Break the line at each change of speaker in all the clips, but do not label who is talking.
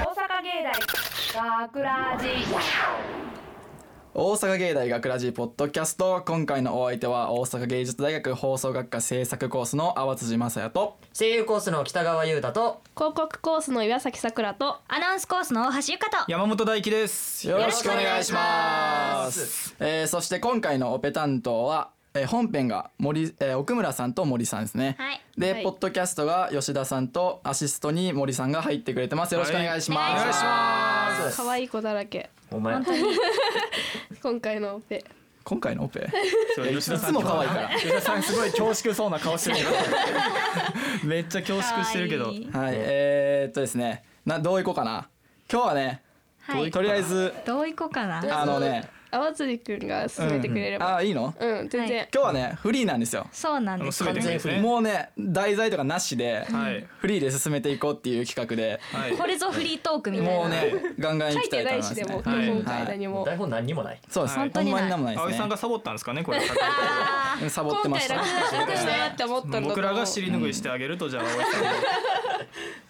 大学ラジ
大阪芸大学ラジポッドキャスト今回のお相手は大阪芸術大学放送学科制作コースの淡辻雅也と
声優コースの北川優太と
広告コースの岩崎さくらと
アナウンスコースの大橋ゆかと
山本大輝です
よろしくお願いしますえーそして今回のオペ担当は、えー本編が森、えー奥村さんと森さんですね、
はい
で、
はい
ポッドキャストが吉田さんとアシストに森さんが入ってくれてますよろしくお願いします、
はいお願いし
ます
可愛い子だらけ
お前
今回のオペ
今回のオペ
そう吉
いつも可愛いから
吉田さんすごい恐縮そうな顔してるけ どめっちゃ恐縮してるけど
可愛い
はいえー、っとですねなどういこうかな今日はね、
はい
とりあえず
どういこうかな
あのね
淡辻くんが進めてくれれば
あいいの
うん、全然、
今日はねフリーなんですよ
そうなんです
あの全てですね
もうね題材とかなしで、
はい
フリーで進めていこうっていう企画で、
はい
これぞフリートークみたいな
もうねガンガン
書
行
い
きた
て
いと思い
な
ま
いし
す
で
ね
も、
はい
今回何も、
台本何にもない
そうです、
はい
ほんまになんもない
葵
です
さんが
ね
サボったんですかねこれ
サボってました
今回楽楽したなって思ったんだと思う
僕らが尻拭いしてあげるとじゃあ葵さんも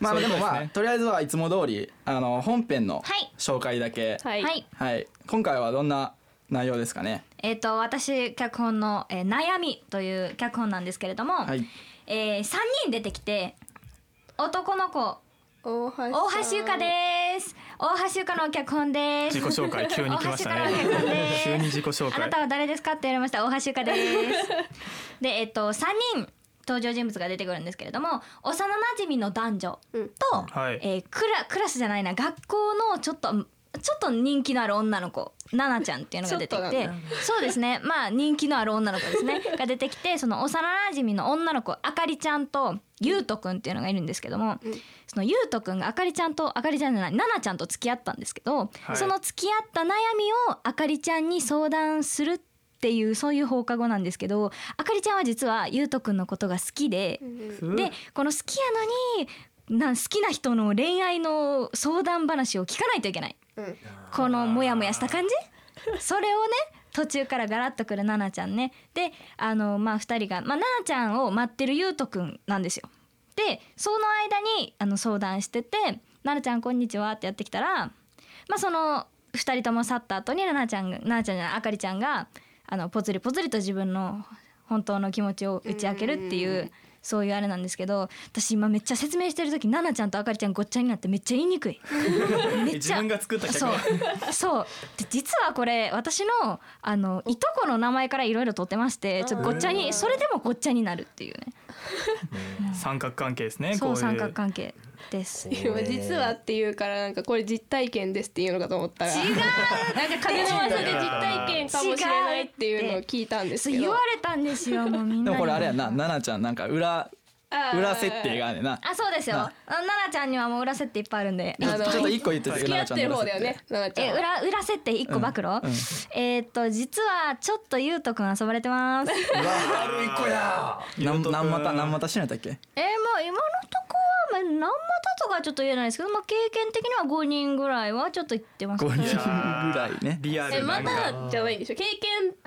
まあ
そうい
で
うこ
も
とで
ま
すね
あとりあえずはいつも通りあの本編の
はい
紹介だけ
はい、
はい
はい、今回はどんな内容ですかね
えっと私脚本のえー悩みという脚本なんですけれども
はい
えー三人出てきて男の子
大橋
大橋ゆかです大橋ゆかの脚本です
自己紹介急に来ましたね
大橋ゆかの脚本です
急に自己紹
あ
介
なたは誰ですかって言われました大橋ゆかです。で、えっと三人登場人物が出てくるんですけれども、幼馴染の男女と、
うん
はい
えークラクラスじゃないな学校のちょっとちょっと人気のある女の子。ナナちゃんっていうのが出てき
ちょっと
て
なん
そうですねまあ人気のある女の子で すねが出てきてその幼馴染の女の子あかりちゃんとゆうとくんっていうのがいるんですけども、そのゆうとくんがあかりちゃんとあかりちゃんじゃないナナちゃんと付き合ったんですけど、
はい
その付き合った悩みをあかりちゃんに相談するっていうそういう放課後なんですけどあかりちゃんは実はゆうとくんのことが好きで、でこの好きやのになん好きな人の恋愛の相談話を聞かないといけない
うん
このモヤモヤした感じそれをね途中からガラッとくる奈々ちゃんねであのまあ2人が、まあ、奈々ちゃんを待ってるゆうとくんなんですよ。でその間にあの相談してて「奈々ちゃんこんにちは」ってやってきたらまあその2人とも去った後に奈々ちゃんが奈々ちゃんじゃないあかりちゃんがあのポツリポツリと自分の本当の気持ちを打ち明けるっていう。そういうあれなんですけど私今めっちゃ説明してる時奈々ちゃんとあかりちゃんごっちゃになってめっちゃ言いに くいめっ
自
ちゃ
分が作った脚
そう
本
そうで実はこれ私のあのいとこの名前からいろいろ取ってましてちょっとごっちゃにそれでもごっちゃになるっていうね
三角関係ですね
そ
こ
う
う
三
い
角
う
関係です。
今実はっていうからなんかこれ実体験ですっていうのかと思ったら違うなんか風の噂で実体験かもしれないっていうのを聞いたんです
そう
け
言
ど
われたんですよもうみん
でも
なに
これあれやんな奈々ちゃんなんか裏
あー
裏設定があるねんな
あそうですよ
な
あ奈々ちゃんにはもう裏設定いっぱいあるんで
ちょっと
あの
ちょっと一個言ってて
付き合ってる方だよね奈
え
々ちゃんは
裏裏設定一個暴露、
うん
えーっと実はちょっとゆうとくん遊ばれてますえーもう
うわ悪い子や
ゆうとくん
何また何またしないだっけ
今のとこは、まあ、何またとかはちょっと言えないですけど、まあ、経験的には5人ぐらいはちょっと言ってます
5
ね
人ぐらいね
リア
え
ルな
ま
んか
だじゃないんでしょ経験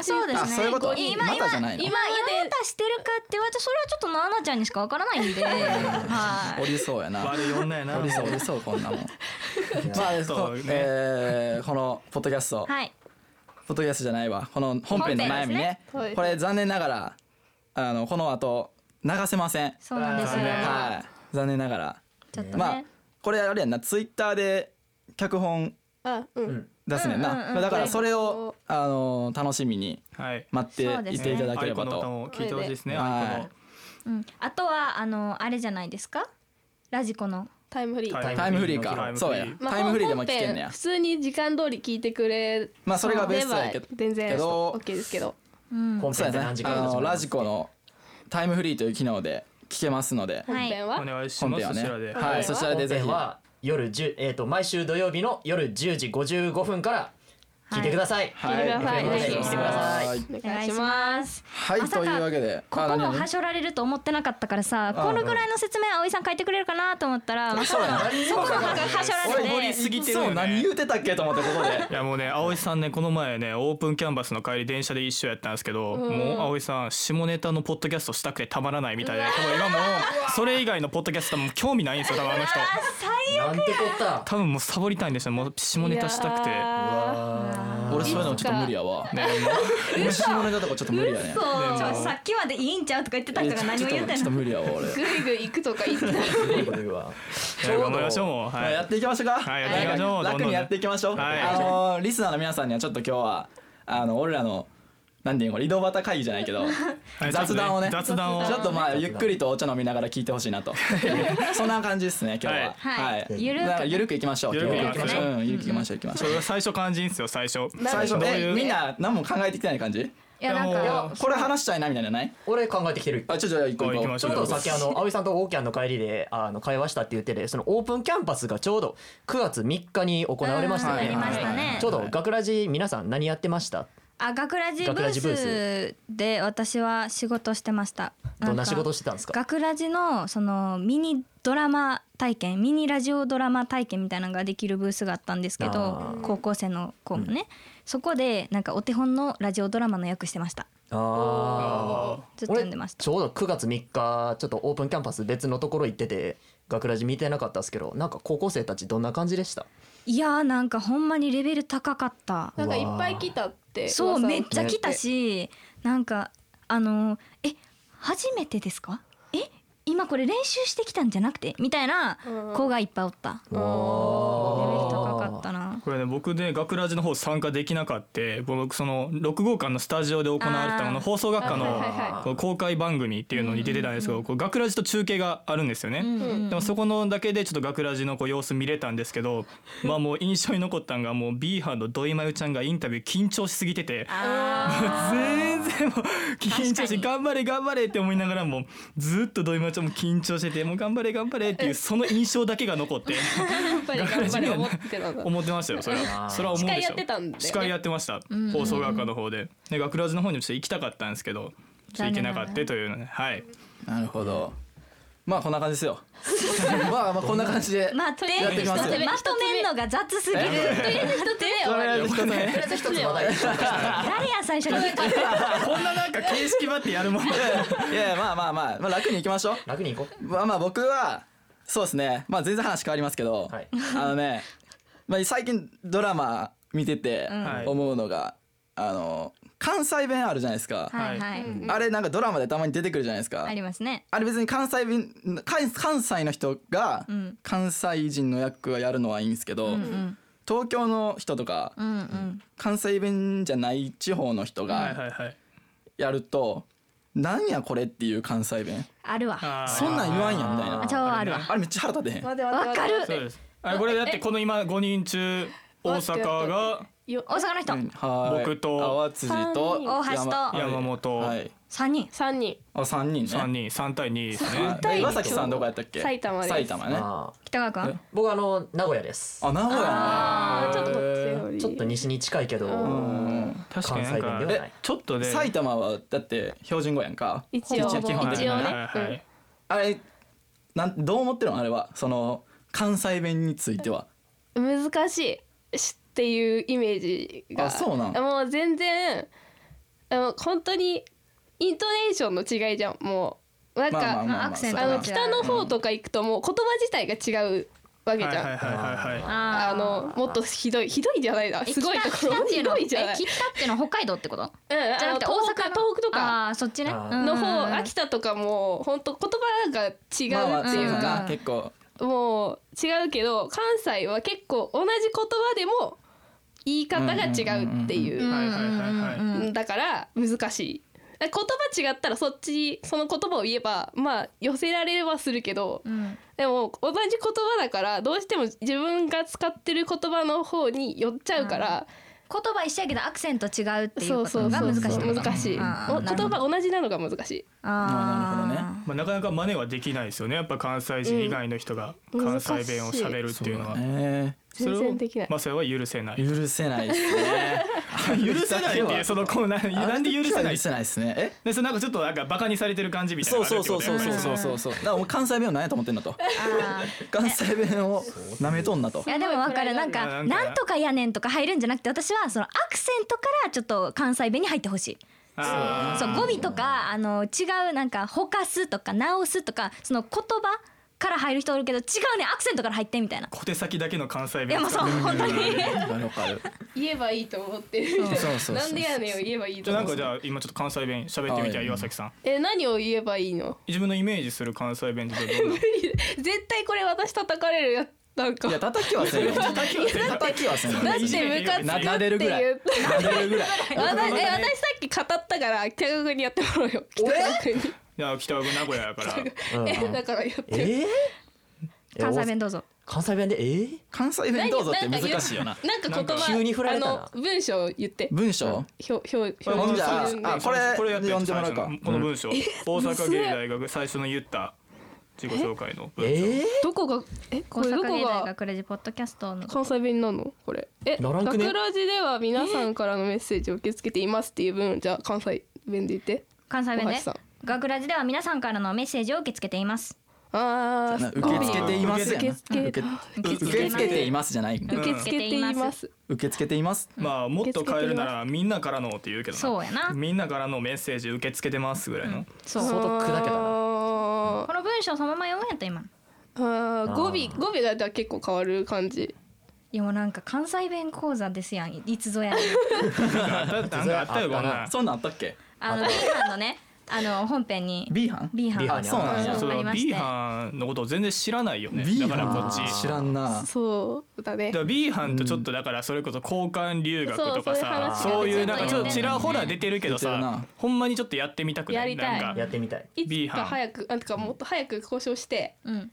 そうですね
あそういうこと
今
ま
今
たじゃないの
今
今ま
ま
たしてるかって言われてそれはちょっと奈々ちゃんにしかわからないんではい
おりそうやな
悪い女やな
おりそうおりそうこんなもんまあ
ちょっ
こと
ね
えーこのポッドキャスト
はい
ポッドキャストじゃないわこの本編の悩みね
本編ですね
これ残念ながらあのこの後流せません
そうなんですよ
残念
はい残念ながら
ちょっとね、
まあこれあれやんなツイッターで脚本
あうん
出すねんな、
うんうんうん
だからそれをあの楽しみに
はい
待
そう
って
で
い
すね
ていただければ
アイコの歌
と、
も聞いてほしいですね
はい
アイコの
うん、あとはあのあれじゃないですかラジコの
タイムフリー
タ
タイムフリーか
タイムフリー
そうや、
まあ
タイムフリーでも聞けんね
本編
や
普通に時間通り聞いてくれ
まあそれがベストやけど
れば全
け
然
ど
OK ですけど
うん
本
そう
編
や
って何時
ね
間
あ
始ま
の
りま
ラ
す
ジコのタイムフリーという機能で聞けますので
本編は
お願いし
本
ま
編は
すそ
ね
ちらで
はいそちらでぜ
本
ひ
編は夜10、えー、と毎週土曜日の夜10時55分から聞いてください、
聞いてください
はい
ぜひ
聞いてください
お
お願
願
い
いします
します
はい、
まさ
と
か
いうわけで
ここ
あ
も
何
はしょられると思ってなかったからさ
あ
このぐらいの説明葵さん書いてくれるかなと思ったらまさかそこまではしょられ
俺
て
掘りすぎてるよ、ね、
そう
何
何
言
言
うてたっけと思ってここ で
いやもうね葵さんねこの前ねオープンキャンバスの帰り電車で一緒やったんですけど、もう葵さん下ネタのポッドキャストしたくてたまらないみたいで多分今もうそれ以外のポッドキャストも興味ないんですよ多分あの人
なんてこった
多分もうサボりたいんですよもう下ネタしたくて
いや
ね
ー
俺そういうのちょっと無理やわ虫下ネタとかちょっと無理やね
そう
でも
さっきまでいいんちゃうとか言ってた
いや
人が
ちょ
何も言
ち
う
ょ
て
っとちょっと
ない
無理やわ俺
ぐいぐい行くとか言ってた
すごいこと言うわちょう
頑張りましょう
ど
もう
まあ
はい
やっていきましょうか。
はいやっていきましょ
はい
うどんどん
楽にやっていきましょう。
はい
あのーリスナーの皆さんにはちょっと今日はあの俺らのなんていうのこれ井戸端会議じゃないけど
はい
雑談をね。
雑談を
ちょっとまあゆっくりとお茶飲みながら聞いてほしいなと。そんな感じですね今日は。
はいはいゆるく
だからゆるくいきましょう。
ゆるくいきましょう
今日はうんゆるくいきましょういきまし
そ
ょう。
れが最初肝心ですよ最初
最初
どうい
え
う
みんな何も考えてきてない感じ？
いやなん
いや
か
も
これ話したいなみたいなのない？
俺考えてきてる
あちょっとじゃあ行こう
はい
行こ
行き
う
まし
ち
ょ
ょっ
う
とさっきあの葵さんとオーキャンの帰りであの会話したって言っててそのオープンキャンパスがちょうど9月3日に行われましたよ
うん
ね
ありましたね
ちょうど学ラジ皆さん何やってました
あ学ラジブ
学ラジブ
ー
ー
スで私は仕事してました
どんな仕
か
事してたんですか
学ラジのそのミニドラマ体験ミニラジオドラマ体験みたいなのができるブースがあったんですけ
あ
ど
ー
高校生の子もね、そこでなんかお手本のラジオドラマの役してました
あ
ずっと読んでました
ちょうど9月3日ちょっとオープンキャンパス別のところ行ってて学ラジ見てなかったですけどなんか高校生たちどんな感じでした
いやーなんかほんまにレベル高かった
なんかいっぱい来たって
そう
噂を
めっちゃ来たしなんかあのーえ初めてですかえ今これ練習してきたんじゃなくてみたいな
うん
子がいっぱいおったレベル高かったな
これね僕ね学ラジの方参加できなかって僕その6号館のスタジオで行われ
あ
た
ー
あの放送学科
はい
の
はいはい
こう公開番組っていうのに出てたんですけど、こう学ラジと中継があるんですよね、
うん
でもそこのだけでちょっと学ラジのこう様子見れたんですけどまあもう印象に残ったんがもう B 班の土井真由ちゃんがインタビュー緊張しすぎてて
あ
全然もう緊張
確か
して
に
頑張れ頑張れって思いながらもずっと土井真由ちゃんも緊張しててもう頑張れ頑張れっていうその印象だけが残って
やっぱり頑張れ思って たんだ
思ってましたよそれはそれは思う
司
でし
会や
ょ
ってたんで、ね、
司会やってました放送学科の方でで学ラジの方にもちょっと行きたかったんですけどちょっと行けなかったというのねはい
なるほど。まあこんな感じです よ。まあまあこんな感じで
ー。待って
やってき
ま
ます
と
よ
めんのが雑すぎる
とりあえず一つ目
とりあえず一つ話題
誰や最初に
こんななんか形式ばってやる もん
いやいやまあまあまあまあ楽に行きましょう。
楽に行こう
まあまあ僕はそうですねまあ全然話変わりますけど、
はい
あのね、まあ、最近ドラマ見てて
はい
思うのが、あの関西弁あるじゃないですか、
はいはい
あれなんかドラマでたまに出てくるじゃないですか
ありますね
あれ別に関西弁関関西の人が
うん
関西人の役をやるのはいいんですけど、
うんうん
東京の人とか
うんうん
関西弁じゃない地方の人
はい
が
はいはい
やると、なんやこれっていう関西弁
あるわ
あー
そんなん言わんやんみたいな
あ超あるわ
あれめっちゃ腹立てへん
待って待って待って
わかる
そうですあこれだってこの今5人中大阪が
よ
大阪の人
うんはい
僕と
淡辻と
大橋と
山
山本
はい
三人
3人
あ三人ね
3人3対2ですね
あ岩崎さんどこやったっけ
埼玉です
埼玉ねあ
あー
北川君
僕あの名古屋です
名古屋
あーちょっとこっちより
ちょっと西に近いけど
確かになん
関西弁
か
ではない
えちょっと
ね
ね
埼玉はだって標準語やんか
一応
基本的
一応
な
ね
はいはいはい
あれなんどう思ってるのあれはその関西弁については
難しいしっていうイメージが
あそうなん
もう全然あの本当にイントネーションの違いじゃんもうなんか、
まあまあまあ
アクセント
あ
が違
の
う
北の方とか行くともう言葉自体が違うわけじゃん、
はいはいはいはい
あ
あのもっとひどいひどいじゃないな
え
すごいところ
北
ひどいじゃ
北
ない
っていうのえ北っていうのは北海道ってこと
うん
じゃ
あ
な
の
くて
東
大
北
阪の
東北とか
あーそっちね
あー
うんう
の
ん
方秋田とかも本当言葉が違うっていうか、
まあまあそう
か
だな結構
もう違うけど関西は結構同じ言葉でも言い方が違うっていう,、
はいはいはい
だから難しい言葉違ったらそっちその言葉を言えばまあ寄せられればするけど、
うん
でも同じ言葉だからどうしても自分が使ってる言葉の方に寄っちゃうから、
言葉一緒やけどアクセント違うっていう
そう
こ
そう
とが
そう
難しいってこと
難しいお言
あーなるほど
葉同じなのが難しい
あ
まあなる
ー
ほどね
まあ、なかなか真似はできないですよねやっぱ関西人以外の人が
うん
関西弁をしゃべるっていうのは、
ね
それ
全
を
然できない
まあそれは許 せない
許せないですね
許せないっていうそのこうな
あの
なんで許せない
許せないですねえ
でそれなんかちょっとなんかバカにされてる感じみたいな
そ
の
う
がある
そう
ってこ
そう
と
そうそうそうそうそうだからもう関西弁を何やと思ってんだ と
あ
関西弁をなめとんなと
ーいやでもわかるなん
あな
か「
んか
なんとかやねん」とか入るんじゃなくて私はそのアクセントからちょっと関西弁に入ってほしい
あ
そう語尾とかあの違うなんか「ほかす」とか「直す」とかその言葉から入る人おるけど違うねアクセントから入ってみたいな。
小手先だけの関西
いや
弁
もうそう本当に
わかる
言えばいいと思ってるみたいな
そうそうそうそう
なんでやねんを言えばいい
じ
と
ゃあ
思っ
なん
て
か
る
じゃあ今ちょっと関西弁喋ってみ
は
て
い
岩崎さん
え何を言えばいいの
自分のイメージする関西弁ってどんな
絶対これ私叩かれるやつなんか
いや叩きは せんよ
叩きはせん
叩きはせんよ
だってムカつく
な
って
撫でるぐらい
言って
撫でるぐらい
私え私さっき語ったから北川君にやってもらおうよ北川君に
じゃあ北国名古屋やから
うん
えだからやって
えー、
関西
え
弁
お
どうぞ。
関西弁でえー、
関西弁どうぞって難しいよな
なんか言葉
急に振られたな
あの文章言って
文章
ひょひょひょ
ほんじゃあ
自分で
あこれ
これやって
呼んでもらうか
最初のこの文章大阪芸大学最初の言った自己紹介の
え
文章
ー、
どこがえ
大
これど
阪
こ
芸大
が
学レジポッドキャストの
関西弁なのこれえ
ならんく
学
ね
ラジでは皆さんからのメッセージを受け付けていますっていう分じゃあ関西弁で言って
関西弁
大
で
橋さん
学ラジでは皆さんからのメッセージを受け付けています。
あ
な
あ
受け付けていますやな
受け付け
受け受け付けていますじゃない
受け付けています
受け付けています
まあもっと変えるならみんなからのって言うけど
そうやな
みんなからのメッセージ受け付けてますぐらいの
そう。
相当砕けたな
あ
この文章そのまま読むんやった今の。
ーあー語
あー
尾語尾がじゃあ結構変わる感じ
いやもうなんか関西弁講座ですやんいつぞやねん
なんかあったなんかあったよこんな
そんなんあったっけ
あの B 班のねあの本編に
B 班
B 班
B 班
あ
に
そうなんや
そう
ありまし
B
て
班のことを全然知らないよねだからこっち
知らんな
そうだね
だから B 班とちょっとだからそれこそ交換留学とかさ
そう
そう
そう
い
いう話が出てる
うなんかちょっとちらほら出てるけど
出てる
さ
な
ほんまにちょっとやってみたくない
やりたい
なん
や
か
ってみたい
い
B
つか
班
早くなんかもっと早く交渉して
うん
もう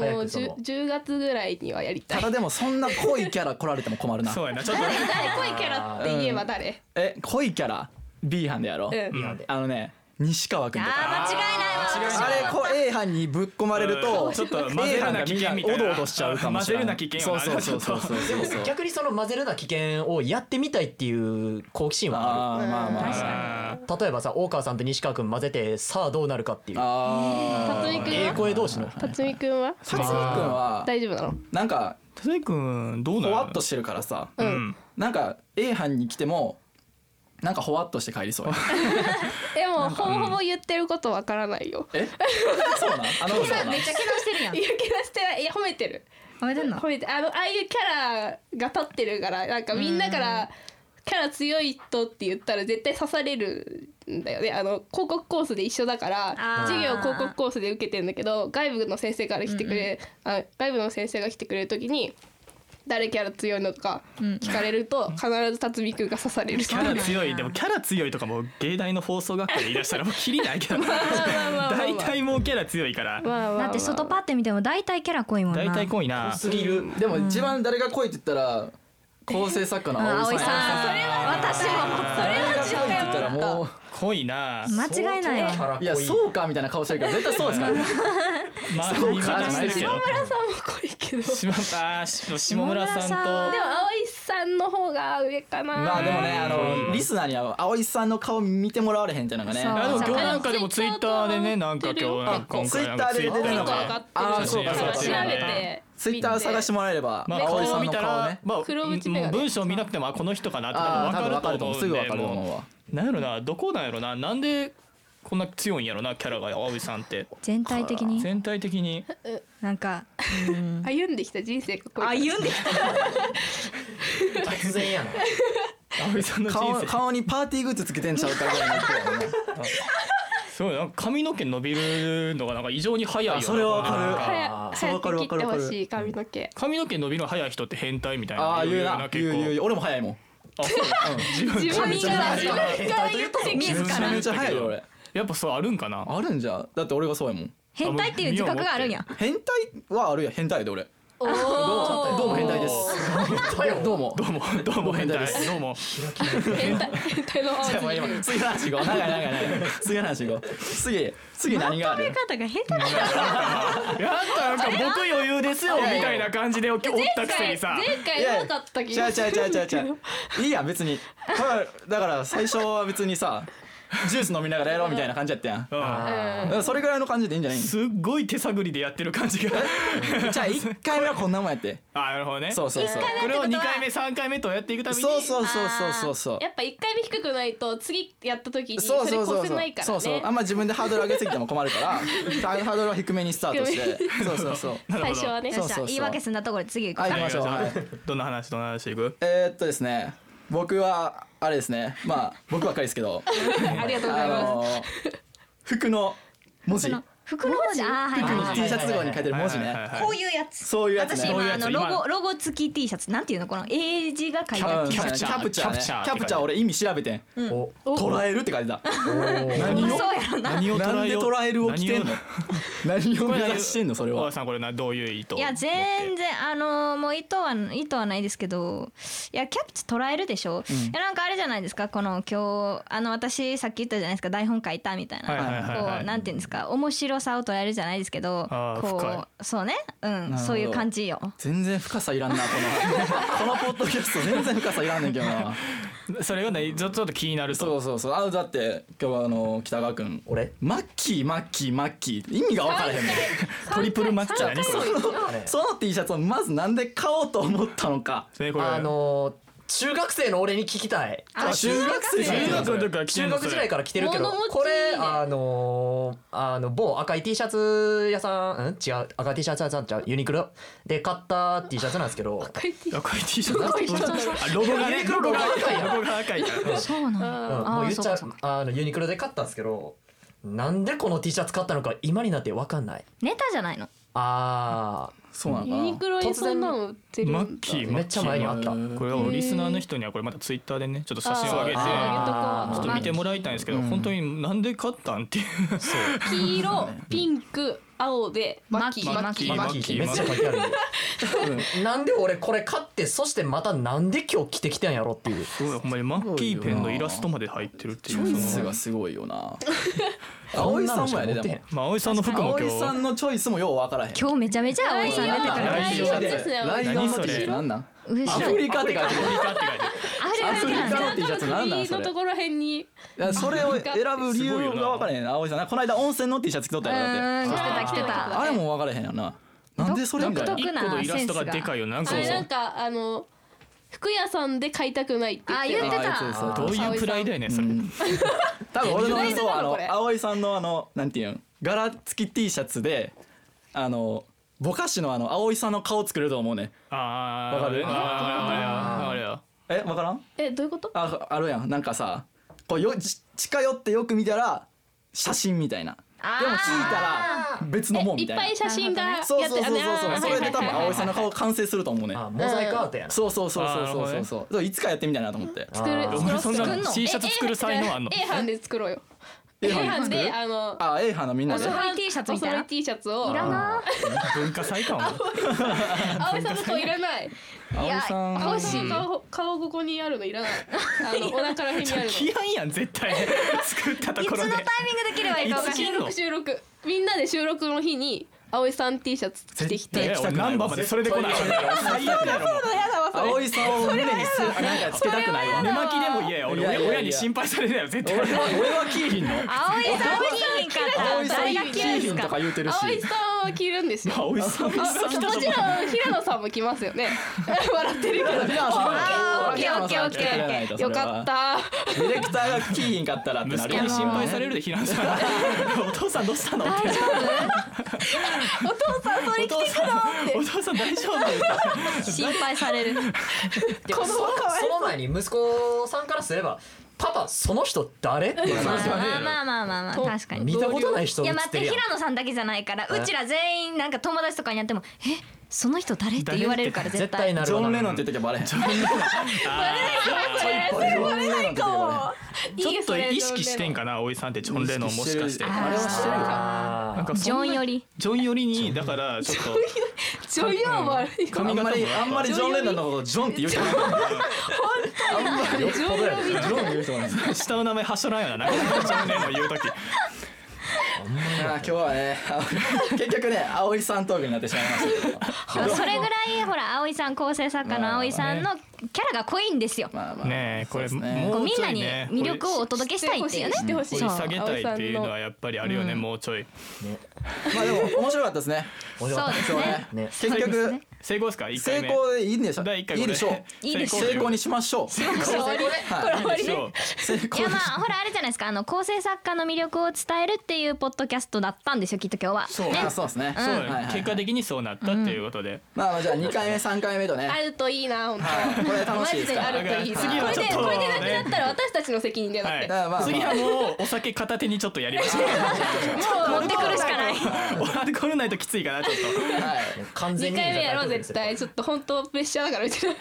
早くその
10, 10月ぐらいにはやりた
た
い
だでもそんな濃いキャラ来られても困るな
そうやなちょっと
誰誰濃いキャラって言えば誰
え濃いキャラ B 班でやろ
うん
いいなんで
あのね西川くんとか
あー間違いないわ
あれこ A 班にぶっ込まれると
うんちょっと混ぜるな危険みた
A 班がみん
いな
おどおどしちゃうかもしれない
混ぜるな危険よな
そうそうそうそうそう そう
逆にその混ぜるな危険をやってみたいっていう好奇心はあ
あーまあまあ
確か
る例えばさ大川さんと西川君混ぜてさあどうなるかっていう
あ
辰巳くん
ええ
は
声同士の
辰巳くんは
ー辰巳くんは
大丈夫なの
なんか
辰巳君どうな
ほ
の
わっとしてるからさ
う
うんん
なんか A 班に来てもなんかほわっとして帰り そうや
でもほぼほぼ言ってることわからないよ
えそうなんあのそ うなん
めっちゃけなしてるやん
言う気がしてないいや褒めてる
褒めてんの
褒めてあのああいうキャラが立ってるからなんかみんなからキャラ強い人って言ったら絶対刺されるんだよねあの広告コースで一緒だから
ー
授業を広告コースで受けてんだけど外部の先生から来てくれ、あ外部の先生が来てくれる時に誰キャラ強いのとか聞かれると必ず辰巳くんが刺される
キャラ強いでもキャラ強いとかもう芸大の放送学科でいらっ しゃらもうキリないけど大体もうキャラ強いから
まあまあまあ
だって外パって見ても大体キャラ濃いもんな
大体濃いな
すぎる
でも一番誰が濃いって言ったら構成作家の
あ
青
葵
井
さん
さん
それは私も
誰が濃いって言ったらも
濃いな
間違いないわ
ういやそうかみたいな顔してるけど絶対そうですからね
まあ
そうか
言い方ないけど
下村さんも濃いけどでも
島あーし下村さん
下村さん
と
で
葵さんの方が上かな
まあでもねあのリスナーには葵さんの顔見てもらわれへんっていうのがね
そう
あでも今日なんかでも
ツ
ツ
イ
イ
ッ
ッ
ター
ターでねなんか今日なんか今
ツイッ
回なん
タ
か
ーで出てる
結
の
構上が
か
ってる
ああそうかそうか
写
そう
真
か
上げ
ね
て
ツイッター探してもらえれば
まあ
葵
顔
さ
を
ん
見
の
た
顔
ら
ね
まあ
黒縁眼鏡
もう文章見なくてもあこの人かなって
ああ多分
分
分
か
か
る
る
と
と思うん
思うです
ぐ分かると思う
も
わ
うなんやろなどこなんやろななんでこんな強いんやろなキャラが葵さんって
全体的に
全体的に
なんか
歩んできた人生が濃い
んで
突然やな
葵さんの人
顔
生
顔にパーティーグッズつけてんちゃうかぐらいの勢いやね
すごいなんか髪の毛伸びるのがなんか異常に早いよな
あそれはわかる
なん
早
あー
く早
わか
く
るわ
切っ
かる
て
わか
ほ
る
しい髪の毛
髪の毛伸びるの早い人って変態みたいな
ああ
余
言う
裕
な言
結
う言う言う
構
俺も早いもん
あそう うん自分
自分から自分から言って
自
め
分
ち
か
ゃ
ら
めちゃ早いよ俺
やっぱそうあるんかな
あるんじゃだって俺がそうやもん
変態っていう自覚があるんや
変態はあるや変態で俺
おー
どうも変態ですどうも
どうもどうも変態ですどうも
変態変態の青
じゃあもう今次の話行こう長い長い長い 次の話行こう次次何がある
方が変態だ
やったなんか僕余裕ですよみたいな感じでおきおったくせにさ
前
いや
回なかった気
違う違う違う違う違ういいや別にだからだから最初は別にさジュース飲みながらやろうみたいな感じやったやん
うん
うん
うんそれぐらいの感じでいいんじゃ ない
すっごい手探りでやってる感じが
じゃあ1回目はこんなもんやって
あーなるほどね
そうそうそう
これを2回目3回目とやっていくたびに
そうそうそうそうそうそう
やっぱ一回目低くないと次やった時に
そ
そうれ
そうそう
越
そう
せないから
そうそうあん
ね
ま自分でハードル上げすぎても困るからハードルは低めにスタートしてそうそうそう
なる
最
ほど
初はね
そ
よ
う
っしゃ言い訳すんだところで次行
は
く
い行
か
きましょうはい
どんな話どんな話いく
えーっとですね僕はあれですねまあ僕ばっかりですけど
ありがとうござ
あ
います
のー服の文字
その袋文字あーはい
服
はいは
に
い
T シャツ号に書いてる文字
はいはい
ね
はい
こういうやつ
そういうやつね
私
こういう
今
や
あ
つ
のロ
今
ゴロゴ付き T シャツなんていうのこの英字が書いてあ
うん
る
キ
キ
ャ
ャ
プ
プ
チ
チ
ャ
ャー
ーね
キャプチャー
キャプチャー俺意味調べてん
お
捉えるって書いてた
何
何を
そうやろな
何
なんで捉えるを着てんの何を目指してんのそれ
大和
は
さんこれなどういう意図
いや全然あのーもう意図は意図はないですけどいやキャプチ捉えるでしょ、いやなんかあれじゃないですかこの今日あの私さっき言ったじゃないですか台本書いたみたいな、
はいはいはいはい
こうなんていうんですか面白さを捉えるじゃないですけど
あー
こ
深
うそうねう
ほど
んそういう感じよ
全然深さいらんなこの このポッドキャスト全然深さいらんねんけどな
それがねちょっと気になると
そうそうそうあだって今日はあの北川君
俺
マッキーマッキーマッキー意味が分からへんもん
トリプルマッチャーねこれ
その T シャツをまずなんで買おうと思ったのか
ねこれ
あの中学生の俺に聞きたい
あ
中学生じゃ
中
ん
学の時から着て
中
んのそ
学
れ
時代から着てるけど
物持ち
これ
いいね
あのーあの某赤い T シャツ屋さんん違う赤い T シャツ屋さんちゃうユニクロで買った T シャツなんですけど
赤い T シャツ
赤い T シャツあロゴがねロゴが赤いロゴが赤いから
そうなんや
うん
あー
もう言っちゃう
そうかそう
あのユニクロで買ったんですけどなんでこの T シャツ買ったのか今になって分かんない
ネタじゃないの
あ
そうなの
ユニ
か
クロにそんなの売ってるんだ
マッキー
ーめっちゃ前にあった
これはもうリスナーの人にはこれまたツイッターでねちょっと写真を上げて
あー
ちょっと見てもらいたいんですけど本当になんで買ったんっていう
黄色ピンク青でマッキー
マッキー
マッキー
マ
マ
マ
ッ
ッキーめっち
キー
ゃ書いてあるなんで俺これ買ってそしてまたなんで今日着てきたんやろっていう
すごいほんまにマッキーペンのイラストまで入ってるってい
チョイ
う
ス
その
がすごいよな葵さんもやねでも
こんなのしか持ってへん
まあ葵さんの服も
葵
今
さ
日
んのチョイスもよう分からへん
今日めちゃめちゃ葵さん出てくる
ライオンですね
ライオンの T シャツなんなん
後
ア
ろ
フリカって 書いてる
アフリカって書いてる
あれだけなんだ
アフリカの T シャツなんなんそれ
のところ辺に
いやそれを選ぶ理由が分からへん葵さんこの間温泉の T シャツ着とったやろだっ
うん
て
着てた着てた
あれも分からへんよななんでそれみたいな
独特
一個のイラストがでかいよなんか
あれなんかあの服屋さんで買いたくないって言って
あ言うてた
あそうそう
どういうプライだよねそれ
多分俺の
意外だ
そう
な
あ
こ
の
れ
葵さんのあのなんていうん柄付き T シャツであのぼかしのあの葵さんの顔作ると思うね
あー
わかる
あーあーあれや
え分からん
えどういうこと
ああるやんなんかさこうよち近寄ってよく見たら写真みたいなでも聞いたら別のもんみ
いった
いな
ぱい写真がやって
そうそうそうそう
あ
そう
ー
それで多分葵さんの顔完成すると思うね
あモザイクアートやな
そうそうそうそうそうそ
あー
うそうそういつかやってみたいなと思って
作る
あー
お前そん
作ん
な
の
T シャツ作る才能あんの
A 班で作ろうよ
A
A
班
班
作
で
る
あの
あ A 班のみんな
お
で
そう
揃い
T シャツみたいな
お揃 T シャツを
いらな
文化祭かも
青井さんの顔いらない
葵さん
青井さんの顔顔ここにあるのいらないあのお腹らへんにある
気合いやん絶 対作ったと
いつ
こ
のタ
ろ
イ
で
ミングで切ればいいか分
の
かんな
切
い
ん
収
の
録収録みんなで収録の日に青井さん T シャツ着て
絶
き
対
て
や俺
ナ
ナ
ン
ン
バ
バーま
ーまで
で
そ
そ
れ
れ
で
で
来
来
な
ないい
最悪やろ
葵さんを胸にすなんかつけたくないわ
寝巻きでも嫌や
いやい
俺
やいや
親に心配されるやろ絶
俺
対
は俺はキーヒンの
葵さんキーヒンか
葵さん
誰
キ
が嫌
ー
いで
ヒ
す
ンと
か
か言うてるし
青井さんは着るんですよ
葵さん
あもちろん平野さんも来ますよね 笑ってるけど
あーオッケーオッケーオッケ
ーよかった
たディレクターがキーヒン買ったらってなる
息子
やん
に心配されるで平野さんお父さんどうしたのって
お父さんそれ
お父さんお父さん大丈夫
心配される
でもそのその前に息子さんからすればパパその人誰っていう
ま
話は
あまあまあまあまあ確かに
見たことない人
い
映
や
っ
待ってて
るやん
平野さんだけじゃないからうちら全員なんか友達とかにやっても「えその人誰?」って言われるから絶
絶対
対
な
ジ
るわ
ョン・レノン
な
って言ったけどバレへんジョ
そ
ン・レノンって言ったけどバレへん
ちょっと意識してん
か
かな葵さんってジョン・レノンもしかして
あれはしてるよ
あ
なんか
ジ
そ
ョ
ん
ン
な
より
ジョン寄りにだからちょっと
ジョイオーバー
あんまりあんまりジョン・レノンのことジョンって言う人ない
ーよっぽどや
ジョンって言う人ない
下の名前はしょらんよななんかジョン・レノン言う時
ほんまに
あー今日はねあの結局ね葵さんトークになってしまいましたけど
それぐらいほら葵さん構成作家の葵さんのキャラが濃いんですよ。
まあまあ
ねえこれ
そうですね
も
こう
う
みん
ちょ
ないに
ね
魅力をお届けしたいっていうね。
知ってほしい
掘
知
り
っ
そう
下げたいっていうのはやっぱりあるよね、もうちょい
ね
まあでも面白かったですね
面白
そ
か
う
っ
です
今日
ね
は。ね
ね
結
そうです
局
ね
成功ですか一
成
回目
功でいいんでしょ
第一回
いい
これ
でしょう
いいでしょう
成功にしましょう
いいでしょう
成
いや
功
まあほらあれじゃないですかあの構成作家の魅力を伝えるっていうポッドキャストだったんですよきっと今日は。
そう
あそうですね
そう
はいはいはい
結果的にそうなったっていうことで、
まあまあじゃあ二回目三回目とね
あるといいな本当
はいこれ楽しいですか
マジであ
ら
るといいな
次はちょっと
これでこれでなく
ね
なったら私たちの責任でな
は
っ
い
て、
まあまあ
次はもうお酒片手にちょっとやりましょう
持ってくるしかない。
来れないときついかなちょっ
はい
完全
2
に
回目やろう絶対ちょっと本当プレッシャーだからみたいな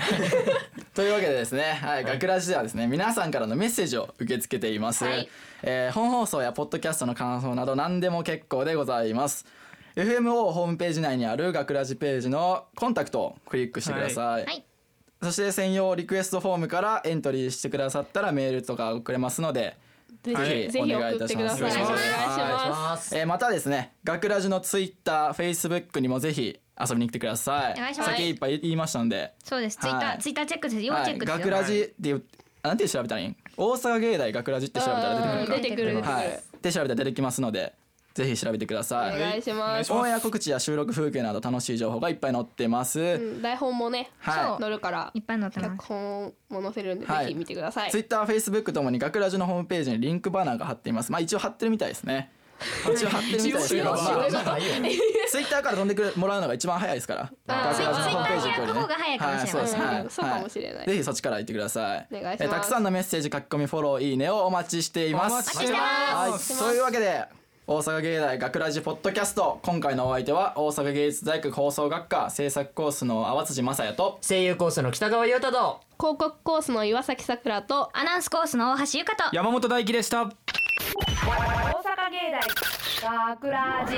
というわけでですね、はい、学ラジではですね、皆さんからのメッセージを受け付けています、
はい
えー本放送やポッドキャストの感想など何でも結構でございます FMO ホームページ内にある学ラジページのコンタクトをクリックしてください、
はい。
そして専用リクエストフォームからエントリーしてくださったらメールとか送れますので
ぜひ、
はい
ぜひ送ってください
お願いいたします
お願いしま
ます
えーまたですね学ラジのツイッターフェイスブックにもぜひ遊びに来てください
お願いします
先いっぱい言いましたんで
そうです。ツイッタ
は
ー
い
ツイッターチェックです。要チェックで
はい、
す
学
よ。
ラジって言うなんて調べたらいいん大阪芸大学ラジって調べたら出て
す
く
出
る
てくる出てくる、
かはいって調べたら出てきますのでぜひ調べてくだ
お
さい
願いします、
オンエア告知や収録風景など楽しい情報がいっぱい載ってます、
うん台本もね、
はい
載るから
いっぱい載ってま
脚
す。
本も載せるんで、
はい
ぜひ見てください
ツイッター、フェイスブックともに学ラジのホームページにリンクバナーが貼っていますまあ一応貼ってるみたいですね一応貼ってるみたいですけど、まあ、 ツイッターから飛んでくれもらうのが一番早いですから
あー
学ラジのホームページ行くよりね
ツイッターに開く方が早いかもしれない
はそうです
うん
はい
そうかもしれない
はぜひそっちから行ってください
お願いします
えーたくさんのメッセージ書き込みフォローいいねをお待ちしています
お待ち
してます
はいというわけで大阪芸大学ラジポッドキャスト今回のお相手は大阪芸術大学放送学科制作コースの淡辻雅也と
声優コースの北川優太と
広告コースの岩崎さくらと
アナウンスコースの大橋ゆかと。
山本大輝でした
大阪芸大学ラジ